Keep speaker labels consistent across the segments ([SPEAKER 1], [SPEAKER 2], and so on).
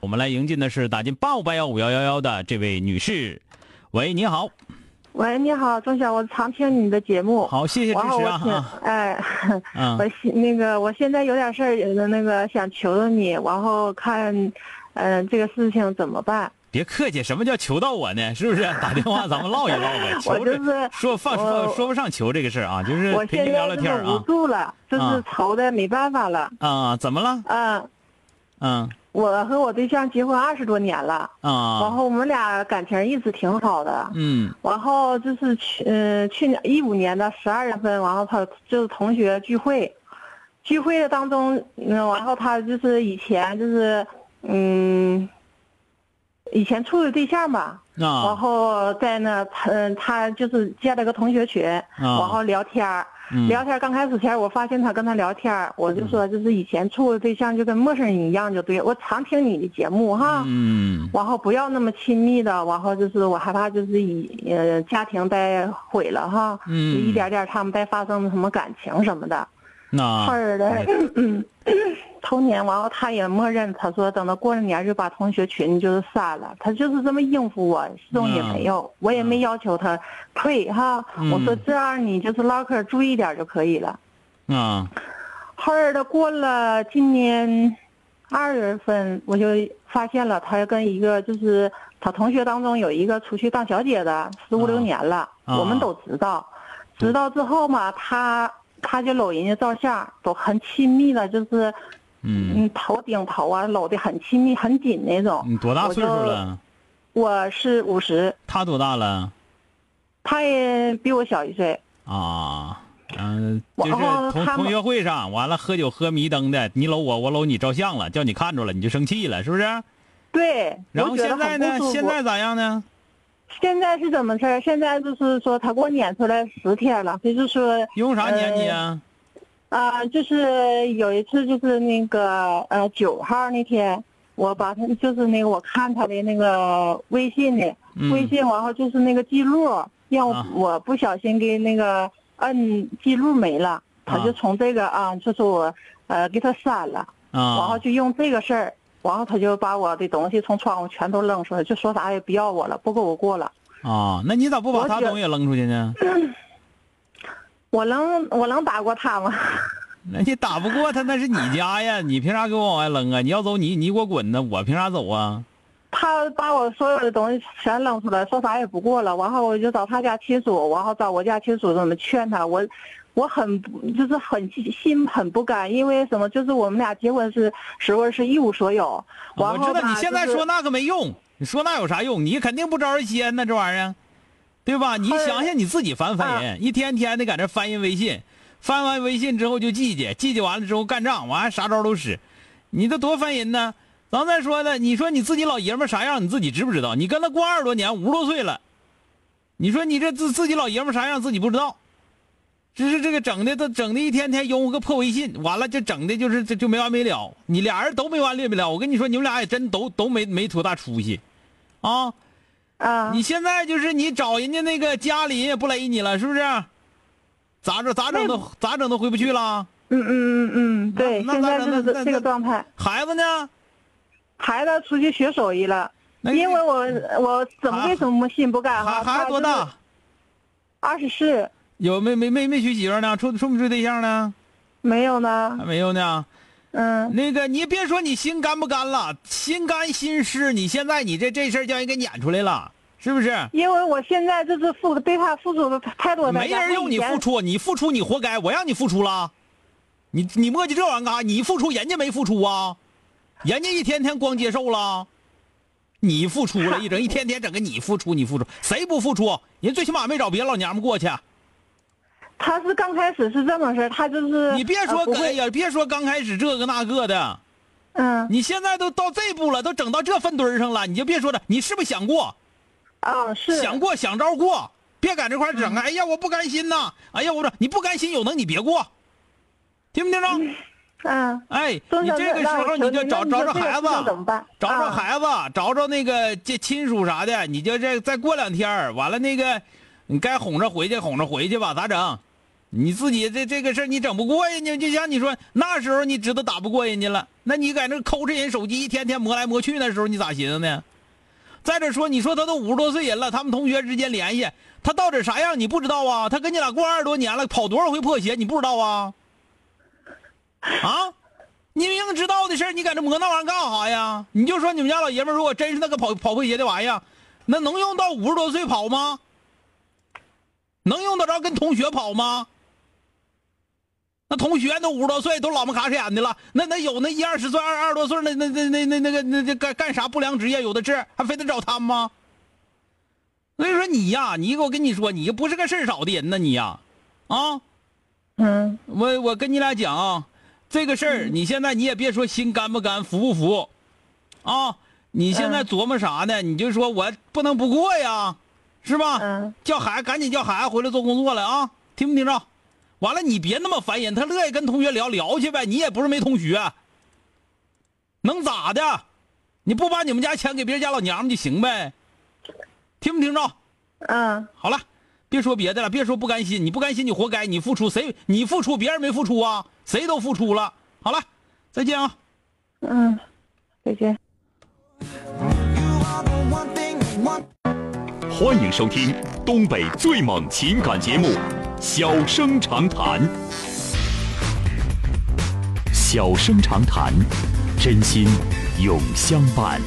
[SPEAKER 1] 我们来迎进的是打进八五八幺五幺幺幺的这位女士。喂，你好，
[SPEAKER 2] 喂，你好，钟晓，我常听你的节目。
[SPEAKER 1] 好，谢谢支
[SPEAKER 2] 然后
[SPEAKER 1] 持
[SPEAKER 2] 我
[SPEAKER 1] 啊，
[SPEAKER 2] 请
[SPEAKER 1] 啊
[SPEAKER 2] 哎， 我
[SPEAKER 1] 嗯，
[SPEAKER 2] 现那个我现在有点事儿，呃那个想求求你，然后看，嗯、这个事情怎么办？
[SPEAKER 1] 别客气，什么叫求到我呢？是不是？打电话咱们唠一唠呗，
[SPEAKER 2] 我
[SPEAKER 1] 求
[SPEAKER 2] 就
[SPEAKER 1] 着
[SPEAKER 2] 是
[SPEAKER 1] 说放说
[SPEAKER 2] 我
[SPEAKER 1] 说不上求这个事儿啊，就是
[SPEAKER 2] 我
[SPEAKER 1] 陪
[SPEAKER 2] 现
[SPEAKER 1] 您聊聊
[SPEAKER 2] 在就
[SPEAKER 1] 天
[SPEAKER 2] 是
[SPEAKER 1] 儿
[SPEAKER 2] 无
[SPEAKER 1] 啊
[SPEAKER 2] 助了，就
[SPEAKER 1] 啊
[SPEAKER 2] 是愁的没办法了。
[SPEAKER 1] 啊，怎么了？
[SPEAKER 2] 嗯、
[SPEAKER 1] 嗯
[SPEAKER 2] 我和我对象结婚二十多年了，然
[SPEAKER 1] 啊，
[SPEAKER 2] 后我们俩感情一直挺好的。
[SPEAKER 1] 嗯
[SPEAKER 2] 然后就是去，嗯、去年一五年的十二月份，然后他就是同学聚会，聚会的当中，嗯，然后他就是以前就是，嗯，以前处的对象吧，然
[SPEAKER 1] 啊
[SPEAKER 2] 后在那，嗯，他就是建了个同学群，然
[SPEAKER 1] 啊
[SPEAKER 2] 后聊天儿
[SPEAKER 1] 嗯
[SPEAKER 2] 聊天儿刚开始前，我发现他跟他聊天儿，我就说就是以前处的对象就跟陌生人一样，就对我常听你的节目哈，
[SPEAKER 1] 嗯
[SPEAKER 2] 然后不要那么亲密的，然后就是我害怕就是以呃家庭再毁了哈，
[SPEAKER 1] 嗯啊
[SPEAKER 2] 就一点点他们再发生什么感情什么的事
[SPEAKER 1] 那
[SPEAKER 2] 儿 的。头年完后他也默认，他说等到过了年就把同学群就是删了，他就是这么应付我，送也没有，我也没要求他退哈，
[SPEAKER 1] 嗯
[SPEAKER 2] 我说这样你就是唠嗑注意点就可以了。
[SPEAKER 1] 啊
[SPEAKER 2] 后来他过了今年二月份，我就发现了他跟一个就是他同学当中有一个出去当小姐的，十五六年了，
[SPEAKER 1] 啊嗯
[SPEAKER 2] 我们都知道。知道之后嘛，他他就搂人家照相，都很亲密的，就是
[SPEAKER 1] 嗯，嗯
[SPEAKER 2] 嗯头顶头啊，搂的很亲密、很紧那种。
[SPEAKER 1] 你多大岁数了？
[SPEAKER 2] 我是五十，
[SPEAKER 1] 他多大了？
[SPEAKER 2] 他也比我小一岁。
[SPEAKER 1] 啊。嗯，
[SPEAKER 2] 我
[SPEAKER 1] 就是
[SPEAKER 2] 哦
[SPEAKER 1] 同
[SPEAKER 2] 他们
[SPEAKER 1] 同学会上完了喝酒喝迷瞪的，你搂我，我搂你照相了，叫你看着了，你就生气了，是不是？
[SPEAKER 2] 对，
[SPEAKER 1] 然
[SPEAKER 2] 我
[SPEAKER 1] 后
[SPEAKER 2] 觉得
[SPEAKER 1] 现在
[SPEAKER 2] 很
[SPEAKER 1] 呢
[SPEAKER 2] 不舒？服
[SPEAKER 1] 现在咋样呢？
[SPEAKER 2] 现在是怎么事儿？现在就是说他给我撵出来十天了，就是说
[SPEAKER 1] 用啥撵你
[SPEAKER 2] 呃
[SPEAKER 1] 啊？
[SPEAKER 2] 啊、就是有一次就是那个呃九号那天，我把他就是那个我看他的那个微信的、
[SPEAKER 1] 嗯
[SPEAKER 2] 微信，然后就是那个记录，让我、
[SPEAKER 1] 啊
[SPEAKER 2] 我不小心给那个摁记录没了，他就
[SPEAKER 1] 啊
[SPEAKER 2] 从这个啊就是我呃给他删了，然后
[SPEAKER 1] 啊
[SPEAKER 2] 就用这个事儿，然后他就把我的东西从窗户全都扔出来，就说啥也不要我了，不跟我过了。
[SPEAKER 1] 啊，那你咋不把
[SPEAKER 2] 我
[SPEAKER 1] 他
[SPEAKER 2] 觉
[SPEAKER 1] 东西扔出去呢？
[SPEAKER 2] 我能我能打过他吗？
[SPEAKER 1] 那你打不过他，那是你家呀，你凭啥给我往外扔啊？你要走你你给我滚呢，我凭啥走啊？
[SPEAKER 2] 他把我所有的东西全扔出来，说啥也不过了。然后我就找他家亲属，然后找我家亲属怎么劝他。我，我很不就是很心很不甘，因为什么？就是我们俩结婚是时候是一无所有。然
[SPEAKER 1] 我
[SPEAKER 2] 后
[SPEAKER 1] 知道
[SPEAKER 2] 吧
[SPEAKER 1] 你现在
[SPEAKER 2] 就是
[SPEAKER 1] 说哦那个没用，你说那有啥用？你肯定不招人稀呢，这玩意儿，对吧？你
[SPEAKER 2] 哎
[SPEAKER 1] 想想你自己烦不烦人？一天天的搁那翻人微信，翻完微信之后就记记，记记完了之后干仗，完了啥招都使，你这多烦人呢！咱再说了，你说你自己老爷们儿啥样，你自己知不知道？你跟他过二十多年，五十多岁了，你说你这自自己老爷们儿啥样，自己不知道。只是这个整的，他整的一天天用个破微信，完了这整的就是这就没完没了。你俩人都没完没了，我跟你说，你们俩也真都都没没多大出息，啊！
[SPEAKER 2] 啊，
[SPEAKER 1] 你现在就是你找人家那个家里人也不勒你了，是不是？咋整咋整都咋整都回不去了。
[SPEAKER 2] 嗯嗯嗯嗯，对，
[SPEAKER 1] 那
[SPEAKER 2] 现
[SPEAKER 1] 那
[SPEAKER 2] 在
[SPEAKER 1] 那
[SPEAKER 2] 就是
[SPEAKER 1] 那那
[SPEAKER 2] 这这个状态。
[SPEAKER 1] 孩子呢？
[SPEAKER 2] 孩子出去学手艺了，
[SPEAKER 1] 那
[SPEAKER 2] 因为我啊我怎么
[SPEAKER 1] 孩
[SPEAKER 2] 为什么心不甘
[SPEAKER 1] 孩
[SPEAKER 2] 哈？
[SPEAKER 1] 孩子多大？？
[SPEAKER 2] 二十四，
[SPEAKER 1] 有没没没没娶媳妇呢？处处没处对象呢？
[SPEAKER 2] 没有呢。
[SPEAKER 1] 还没有呢。
[SPEAKER 3] 嗯，
[SPEAKER 1] 那个你别说你心甘不甘了，心甘心湿，你现在你这这事儿叫人给撵出来了，是不是？
[SPEAKER 3] 因为我现在就是付对他付出的太多代
[SPEAKER 1] 没
[SPEAKER 3] 价
[SPEAKER 1] 人用你付，出，你付出你活该，我让你付出了，你你磨叽这玩意儿干啥？你付出，人家没付出啊，人家一天天光接受了，你付出了，一整一天天整个你付出，你付出，谁不付出？人最起码没找别老娘们过去。
[SPEAKER 3] 他是刚开始是这么事儿他就是
[SPEAKER 1] 你别说
[SPEAKER 3] 呃不，
[SPEAKER 1] 哎
[SPEAKER 3] 会，
[SPEAKER 1] 呀，别说刚开始这个那个的，
[SPEAKER 3] 嗯
[SPEAKER 1] 你现在都到这步了，都整到这粪堆儿上了，你就别说了，你是不是想过？
[SPEAKER 3] 啊是嗯
[SPEAKER 1] 想过想招过，别在这块儿整啊！哎呀，我不甘心呐！哎呀，我说你不甘心有能你别过，听没听着？
[SPEAKER 3] 嗯，
[SPEAKER 1] 哎，
[SPEAKER 3] 孙
[SPEAKER 1] 你
[SPEAKER 3] 小
[SPEAKER 1] 这
[SPEAKER 3] 妹
[SPEAKER 1] 个时
[SPEAKER 3] 让我
[SPEAKER 1] 候
[SPEAKER 3] 求
[SPEAKER 1] 你就
[SPEAKER 3] 你那
[SPEAKER 1] 找
[SPEAKER 3] 你说这个
[SPEAKER 1] 找找孩
[SPEAKER 3] 事
[SPEAKER 1] 子，
[SPEAKER 3] 情怎么办
[SPEAKER 1] 找找
[SPEAKER 3] 啊
[SPEAKER 1] 孩子，找找那个这亲属啥的，你就这再过两天儿完了那个，你该哄着回去哄着回去吧，咋整？你自己这这个事儿你整不过人家，就像你说那时候你知道打不过人家了，那你在那抠着人手机一天天磨来磨去，那时候你咋寻思呢？再者说，你说他都五十多岁人了，他们同学之间联系，他到底啥样你不知道啊？他跟你俩过二十多年了，跑多少回破鞋你不知道啊？啊？你明明知道的事儿，你搁这磨那玩意儿干啥呀？你就说你们家老爷们儿如果真是那个跑跑破鞋的玩意儿，那能用到五十多岁跑吗？能用得着跟同学跑吗？那同学那五十多岁都老么卡眼的了，那那有那一二十岁、二二十多岁那那那那那那个那这干干啥不良职业有的是，还非得找他们吗？所以说你呀，你我跟你说，你不是个事儿少的人呐，你呀，啊。
[SPEAKER 3] 嗯
[SPEAKER 1] 我我跟你俩讲啊，这个事儿你现在你也别说心甘不甘、服不服，啊，你现在琢磨啥呢？你就说我不能不过呀，是吧？
[SPEAKER 3] 嗯
[SPEAKER 1] 叫孩子赶紧叫孩子回来做工作了啊，听没听着？完了，你别那么烦人，他乐意跟同学聊聊去呗，你也不是没同学，能咋的？你不把你们家钱给别人家老娘们就行呗，听没听着？
[SPEAKER 3] 嗯
[SPEAKER 1] 好了，别说别的了，别说不甘心，你不甘心你活该，你付出谁？你付出，别人没付出啊，谁都付出了。好了，再见啊。
[SPEAKER 3] 嗯，再见。
[SPEAKER 4] 欢迎收听东北最猛情感节目《小生长谈》。小生长谈，真心永相伴。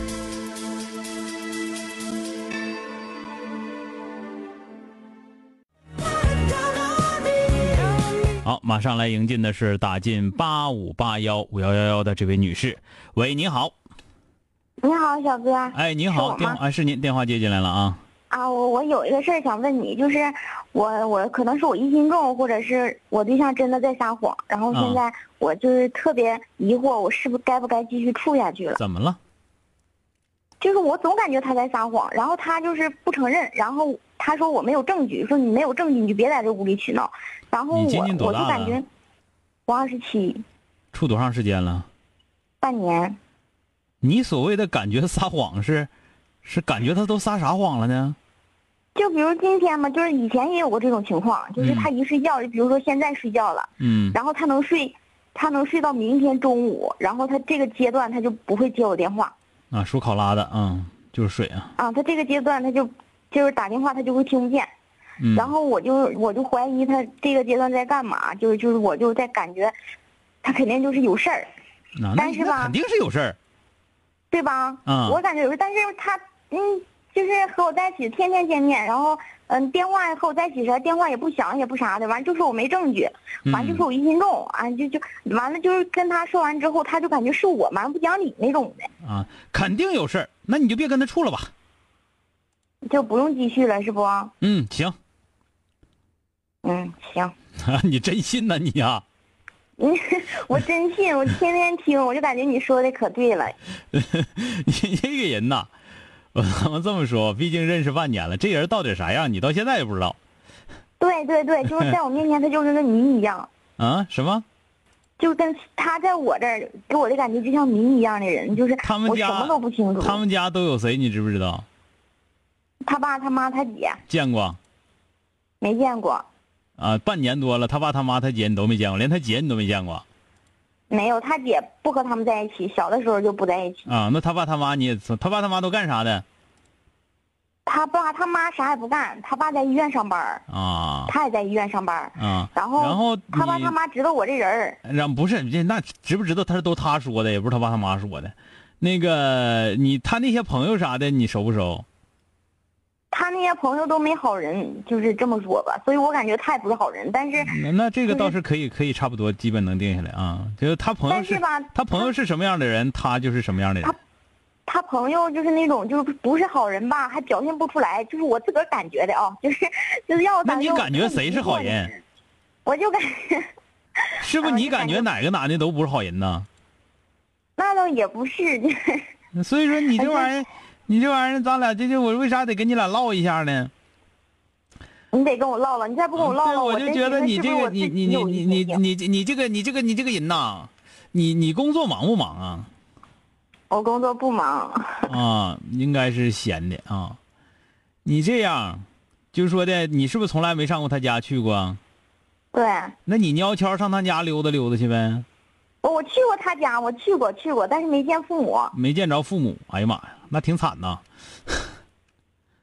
[SPEAKER 1] 好，马上来迎进的是打进八五八幺五幺幺幺的这位女士。喂，您好，
[SPEAKER 2] 你好，小哥。
[SPEAKER 1] 哎，您
[SPEAKER 2] 是
[SPEAKER 1] 好，
[SPEAKER 2] 我
[SPEAKER 1] 电
[SPEAKER 2] 吗
[SPEAKER 1] 话哎是您电话接进来了啊。
[SPEAKER 2] 啊，我我有一个事儿想问你，就是我我可能是我疑心重，或者是我对象真的在撒谎，然后
[SPEAKER 1] 啊
[SPEAKER 2] 现在我就是特别疑惑，我是不是该不该继续处下去了？
[SPEAKER 1] 怎么了？
[SPEAKER 2] 就是我总感觉他在撒谎，然后他就是不承认，然后他说我没有证据，说你没有证据你就别在这无理取闹，然后
[SPEAKER 1] 你今
[SPEAKER 2] 我
[SPEAKER 1] 年多
[SPEAKER 2] 我
[SPEAKER 1] 大
[SPEAKER 2] 就感
[SPEAKER 1] 了
[SPEAKER 2] 觉我二十七，
[SPEAKER 1] 处多长时间了？
[SPEAKER 2] 半年
[SPEAKER 1] 你所谓的感觉撒谎是，是感觉他都撒啥谎了呢？
[SPEAKER 2] 就比如今天嘛，就是以前也有过这种情况，就是
[SPEAKER 1] 嗯
[SPEAKER 2] 他一睡觉，就比如说现在睡觉了，
[SPEAKER 1] 嗯，
[SPEAKER 2] 然后他能睡，他能睡到明天中午，然后他这个阶段他就不会接我电话
[SPEAKER 1] 啊，属考拉的，嗯，就是水啊。
[SPEAKER 2] 啊，他这个阶段他就就是打电话他就会听不见，
[SPEAKER 1] 嗯，
[SPEAKER 2] 然后我就我就怀疑他这个阶段在干嘛，就是就是我就在感觉，他肯定就是有事儿，
[SPEAKER 1] 那那
[SPEAKER 2] 但是
[SPEAKER 1] 那
[SPEAKER 2] 吧
[SPEAKER 1] 肯定是有事儿。
[SPEAKER 2] 对吧？
[SPEAKER 1] 嗯
[SPEAKER 2] 我感觉有事儿，但是他嗯，就是和我在一起天天见面，然后嗯，电话和我在一起时电话也不响也不啥的，完就说我没证据，完就
[SPEAKER 1] 嗯
[SPEAKER 2] 说我疑心重，啊就就完了就是跟他说完之后，他就感觉是我蛮不讲理那种的。
[SPEAKER 1] 啊，肯定有事儿，那你就别跟他处了吧。
[SPEAKER 2] 就不用继续了，是不？
[SPEAKER 1] 嗯，行，
[SPEAKER 2] 嗯，行，
[SPEAKER 1] 你真信呐、你啊呀、
[SPEAKER 2] 我真信，我天天听，我就感觉你说的可对了。
[SPEAKER 1] 你这个人呐， 我咱们这么说，毕竟认识半年了，这人到底啥样，你到现在也不知道
[SPEAKER 2] 对对对，就是在我面 前，他就是个谜一样，
[SPEAKER 1] 啊？什么？
[SPEAKER 2] 就跟他在我这儿给我的感觉就像谜一样的人，就是
[SPEAKER 1] 他们
[SPEAKER 2] 我
[SPEAKER 1] 家
[SPEAKER 2] 什么都不清楚。
[SPEAKER 1] 他们家都有谁？你知不知道？
[SPEAKER 2] 他爸、他妈、他姐
[SPEAKER 1] 见过
[SPEAKER 2] 没见过，
[SPEAKER 1] 啊？半年多了，他爸、他妈、他姐你都没见过，连他姐你都没见过
[SPEAKER 2] 没有，他姐不和他们在一起，小的时候就不在一起。
[SPEAKER 1] 啊？那他爸、他妈你也他爸、他妈都干啥的？
[SPEAKER 2] 他爸他妈啥也不干，他爸在医院上班儿，
[SPEAKER 1] 啊
[SPEAKER 2] 他也在医院上班儿。
[SPEAKER 1] 啊，
[SPEAKER 2] 然后，
[SPEAKER 1] 然后
[SPEAKER 2] 他爸
[SPEAKER 1] 你
[SPEAKER 2] 他妈知道我这人儿，
[SPEAKER 1] 让不是这那知不知道他是都他说的，也不是他爸他妈说的。那个你他那些朋友啥的，你熟不熟？
[SPEAKER 2] 他那些朋友都没好人，就是这么说吧。所以我感觉他也不是好人，但是
[SPEAKER 1] 那那这个
[SPEAKER 2] 嗯
[SPEAKER 1] 倒是可以，可以差不多，基本能定下来啊。就是他朋友
[SPEAKER 2] 但是吧
[SPEAKER 1] 他朋友是什么样的人，他就是什么样的人。
[SPEAKER 2] 他朋友就是那种就是不是好人吧，还表现不出来，就是我自个儿感觉的啊，就是就是要
[SPEAKER 1] 那
[SPEAKER 2] 咱
[SPEAKER 1] 你
[SPEAKER 2] 就
[SPEAKER 1] 感觉谁是好人？
[SPEAKER 2] 我就感觉
[SPEAKER 1] 是不是
[SPEAKER 2] 啊
[SPEAKER 1] 你
[SPEAKER 2] 就
[SPEAKER 1] 感
[SPEAKER 2] 感
[SPEAKER 1] 觉
[SPEAKER 2] 觉
[SPEAKER 1] 哪个男的都不是好人呢？
[SPEAKER 2] 那倒也不是， 就是
[SPEAKER 1] 所以说你这
[SPEAKER 2] 哎
[SPEAKER 1] 玩意儿，你这玩意儿，咱俩这就我为啥得跟你俩唠一下呢？
[SPEAKER 2] 你得跟我唠唠，你再不跟我唠
[SPEAKER 1] 嗯对，
[SPEAKER 2] 唠，
[SPEAKER 1] 我就
[SPEAKER 2] 真寻
[SPEAKER 1] 觉
[SPEAKER 2] 思
[SPEAKER 1] 得你
[SPEAKER 2] 是
[SPEAKER 1] 这
[SPEAKER 2] 不是
[SPEAKER 1] 个
[SPEAKER 2] 我
[SPEAKER 1] 你
[SPEAKER 2] 自己
[SPEAKER 1] 你你
[SPEAKER 2] 有
[SPEAKER 1] 你
[SPEAKER 2] 一
[SPEAKER 1] 你
[SPEAKER 2] 些病
[SPEAKER 1] 你这你这个你这个你这个人呐，你你工作忙不忙啊？
[SPEAKER 2] 我工作不忙，
[SPEAKER 1] 啊，应该是闲的啊。你这样，就是说的，你是不是从来没上过他家去过啊？
[SPEAKER 2] 对。
[SPEAKER 1] 那你悄悄上他家溜达溜达去呗，
[SPEAKER 2] 我我去过他家，我去过去过，但是没见父母。
[SPEAKER 1] 没见着父母，哎呀妈呀，那挺惨呐。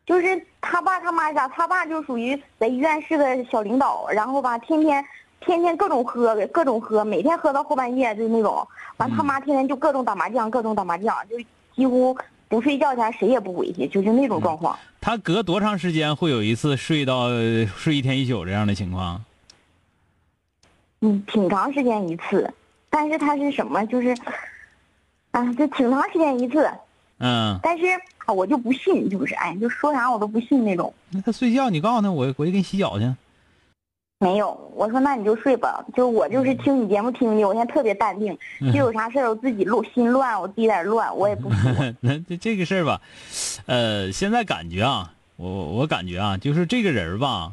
[SPEAKER 2] 就是他爸他妈家，他爸就属于在医院是个小领导，然后吧，天天天天各种喝，各种喝，每天喝到后半夜就是那种。完，他妈天天就各种打麻将，各种打麻将，就几乎不睡觉前谁也不回去，就是那种状况。
[SPEAKER 1] 他隔多长时间会有一次睡到呃睡一天一宿这样的情况？
[SPEAKER 2] 嗯，挺长时间一次，但是他是什么？就是，啊，就挺长时间一次，
[SPEAKER 1] 嗯，
[SPEAKER 2] 但是啊，我就不信，就是哎，就说啥我都不信那种。
[SPEAKER 1] 那他睡觉，你告诉他，我回去给你洗脚去。
[SPEAKER 2] 没有，我说那你就睡吧，就我
[SPEAKER 1] 嗯
[SPEAKER 2] 就是听你节目听的，我现在特别淡定，就有啥事儿我自己乱心乱，我自己在这乱，我也不说。
[SPEAKER 1] 那这这个事儿吧，呃，现在感觉啊，我我感觉啊，就是这个人儿吧，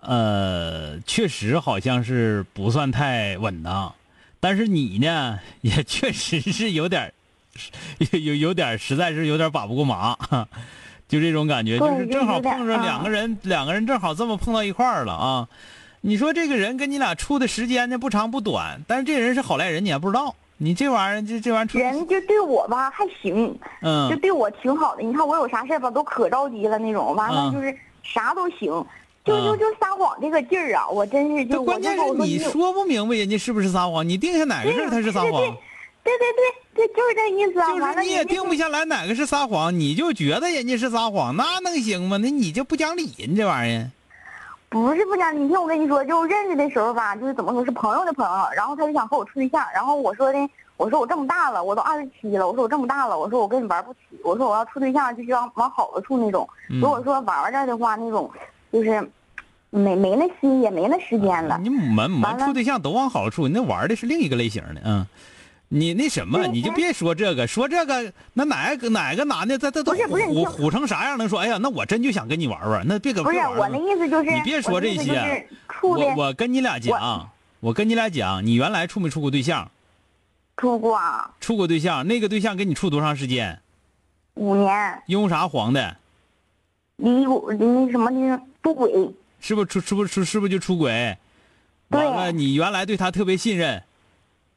[SPEAKER 1] 呃，确实好像是不算太稳当，但是你呢，也确实是有点儿，有有有点儿，实在是有点儿把不过麻，就这种感觉，
[SPEAKER 2] 对
[SPEAKER 1] 就是
[SPEAKER 2] 就
[SPEAKER 1] 正好
[SPEAKER 2] 有点
[SPEAKER 1] 碰上
[SPEAKER 2] 啊
[SPEAKER 1] 两个人，两个人正好这么碰到一块儿了啊。你说这个人跟你俩处的时间呢不长不短，但是这人是好赖人，你还不知道。你这玩意儿，这这玩意儿处，
[SPEAKER 2] 人就对我吧还行，
[SPEAKER 1] 嗯，
[SPEAKER 2] 就对我挺好的。你看我有啥事儿吧都可着急了那种，完
[SPEAKER 1] 啊
[SPEAKER 2] 了就是啥都行，就
[SPEAKER 1] 啊
[SPEAKER 2] 就就撒谎这个劲儿啊，我真是
[SPEAKER 1] 这
[SPEAKER 2] 就我
[SPEAKER 1] 关
[SPEAKER 2] 就
[SPEAKER 1] 键
[SPEAKER 2] 说
[SPEAKER 1] 是
[SPEAKER 2] 我说
[SPEAKER 1] 你
[SPEAKER 2] 有
[SPEAKER 1] 说不明白人家是不是撒谎，你定下哪个事儿他是撒
[SPEAKER 2] 对
[SPEAKER 1] 谎，
[SPEAKER 2] 对对对对，就是这意思啊。
[SPEAKER 1] 就
[SPEAKER 2] 完
[SPEAKER 1] 是
[SPEAKER 2] 了
[SPEAKER 1] 你也
[SPEAKER 2] 人家
[SPEAKER 1] 定不下来哪个是撒谎，你就觉得人家是撒谎，那能行吗？那你就不讲理，你这玩意儿。
[SPEAKER 2] 不是不讲，你听我跟你说，就认识的时候吧，就是怎么说是朋友的朋友，然后他就想和我处对象，然后我说的，我说我这么大了，我都二十七了，我说我这么大了，我说我跟你玩不起，我说我要处对象就是要往好了处那种，
[SPEAKER 1] 嗯
[SPEAKER 2] 如果说玩玩这的话，那种就是没没那心也没那时间了。
[SPEAKER 1] 嗯你们们
[SPEAKER 2] 完了
[SPEAKER 1] 处对象都往好处，你那玩的是另一个类型的，嗯。你那什么，
[SPEAKER 2] 对
[SPEAKER 1] 你就别说这个，说这个，那哪个哪个男的，他他都
[SPEAKER 2] 不是不是你
[SPEAKER 1] 虎
[SPEAKER 2] 听
[SPEAKER 1] 虎成啥样？能说，哎呀，那我真就想跟你玩玩，那别搁
[SPEAKER 2] 不是啊
[SPEAKER 1] 别玩
[SPEAKER 2] 我
[SPEAKER 1] 了
[SPEAKER 2] 那意思就是，
[SPEAKER 1] 你别说
[SPEAKER 2] 我的
[SPEAKER 1] 这
[SPEAKER 2] 意思
[SPEAKER 1] 些
[SPEAKER 2] 就是处的
[SPEAKER 1] 我我跟你俩讲，我跟你俩讲，你原来处没处过对象？
[SPEAKER 2] 处过啊
[SPEAKER 1] 处过对象，那个对象跟你处多长时间？
[SPEAKER 2] 五年，
[SPEAKER 1] 因为啥黄的？
[SPEAKER 2] 离我那什么的不轨，
[SPEAKER 1] 是不是出是不是出是不是就出轨？
[SPEAKER 2] 对
[SPEAKER 1] 完了，你原来对他特别信任，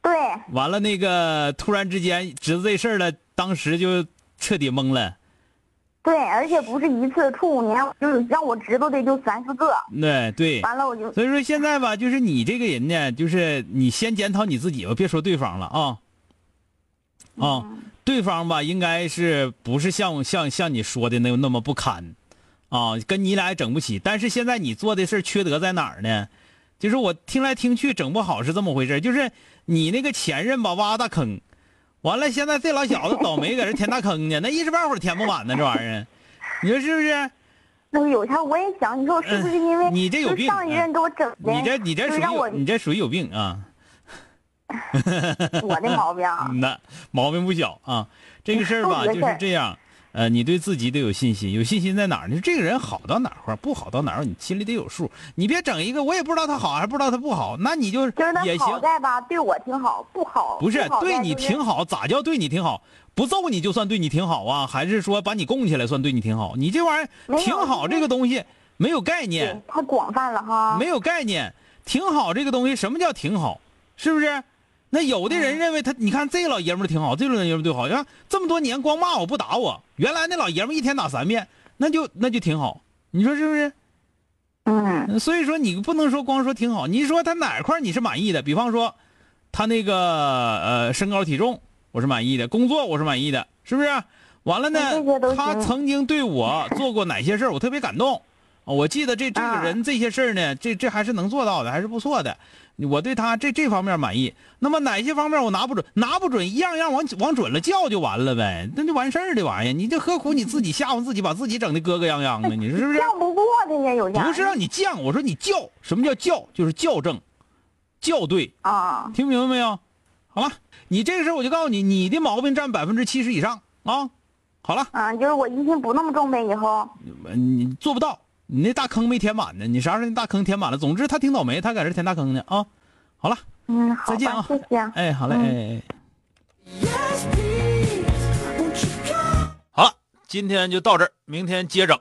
[SPEAKER 2] 对
[SPEAKER 1] 完了那个突然之间知道这事儿了，当时就彻底懵了。
[SPEAKER 2] 对，而且不是一次处五年，就是让我知道的就三四个。
[SPEAKER 1] 对对，
[SPEAKER 2] 完了我就
[SPEAKER 1] 所以说现在吧，就是你这个人呢，就是你先检讨你自己吧，别说对方了啊。啊、
[SPEAKER 2] 嗯
[SPEAKER 1] 对方吧，应该是不是像像像你说的那那么不堪，啊，跟你俩也整不起。但是现在你做的事儿缺德在哪儿呢？就是我听来听去整不好是这么回事儿，就是你那个前任吧挖大坑，完了现在这老小子倒霉搁这填大坑呢，那一时半会儿填不满呢，这玩意儿，你说是不是？
[SPEAKER 2] 那有一天我也想，你说我是不是因为、
[SPEAKER 1] 嗯你这有病嗯
[SPEAKER 2] 就上一任给我整的？
[SPEAKER 1] 你这你这
[SPEAKER 2] 就
[SPEAKER 1] 属于
[SPEAKER 2] 是让
[SPEAKER 1] 有
[SPEAKER 2] 我
[SPEAKER 1] 你这属于有病啊。
[SPEAKER 2] 我的毛病啊。
[SPEAKER 1] 那毛病不小啊。这个事儿 吧，
[SPEAKER 2] 特
[SPEAKER 1] 就
[SPEAKER 2] 别事儿
[SPEAKER 1] 是这样。呃，你对自己得有信心，有信心在哪儿呢？这个人好到哪块儿，不好到哪儿，你心里得有数。你别整一个我也不知道他好，还不知道他不好，那你就
[SPEAKER 2] 就是他
[SPEAKER 1] 也
[SPEAKER 2] 好
[SPEAKER 1] 行。
[SPEAKER 2] 在吧，对我挺好，不好
[SPEAKER 1] 不是
[SPEAKER 2] 好在
[SPEAKER 1] 对你
[SPEAKER 2] 就是
[SPEAKER 1] 挺好，咋叫对你挺好？不揍你就算对你挺好啊？还是说把你供起来算对你挺好？你这玩意
[SPEAKER 2] 没
[SPEAKER 1] 儿
[SPEAKER 2] 有
[SPEAKER 1] 挺好这个东西没有概念
[SPEAKER 2] 对，太广泛了哈。
[SPEAKER 1] 没有概念。挺好这个东西，什么叫挺好？是不是？那有的人认为他，你看这老爷们儿挺好，这老爷们儿对好，你看这么多年光骂我不打我，原来那老爷们儿一天打三遍，那就那就挺好，你说是不是？
[SPEAKER 2] 嗯
[SPEAKER 1] 所以说你不能说光说挺好，你说他哪块儿你是满意的？比方说，他那个呃身高体重我是满意的，工作我是满意的，是不是？完了呢
[SPEAKER 2] 嗯这些都，行
[SPEAKER 1] 他曾经对我做过哪些事儿，我特别感动。啊我记得这这个
[SPEAKER 2] 啊
[SPEAKER 1] 人这些事儿呢，这这还是能做到的，还是不错的。我对他这这方面满意。那么哪些方面我拿不准？拿不准一样样往往准了叫就完了呗，那就完事儿的玩意儿。你这何苦你自己吓唬自己，把自己整的咯咯泱泱的？你说是不啊是？
[SPEAKER 2] 犟不过他呀，有家
[SPEAKER 1] 不是让你犟，我说你校，什么叫校？就是校正，校对，
[SPEAKER 2] 啊，
[SPEAKER 1] 听明白没有？好了，你这个事儿我就告诉你，你的毛病占百分之七十以上啊。好了，嗯
[SPEAKER 2] 嗯，就是我疑心不那么重呗，以后
[SPEAKER 1] 你做不到，你那大坑没填满呢，你啥时候那大坑填满了？总之他挺倒霉，他搁这填大坑呢啊。好了，
[SPEAKER 2] 嗯，好
[SPEAKER 1] 再见啊
[SPEAKER 2] 吧，谢谢啊，
[SPEAKER 1] 哎，好嘞，
[SPEAKER 2] 嗯
[SPEAKER 1] 哎哎。哎好了，今天就到这儿，明天接着。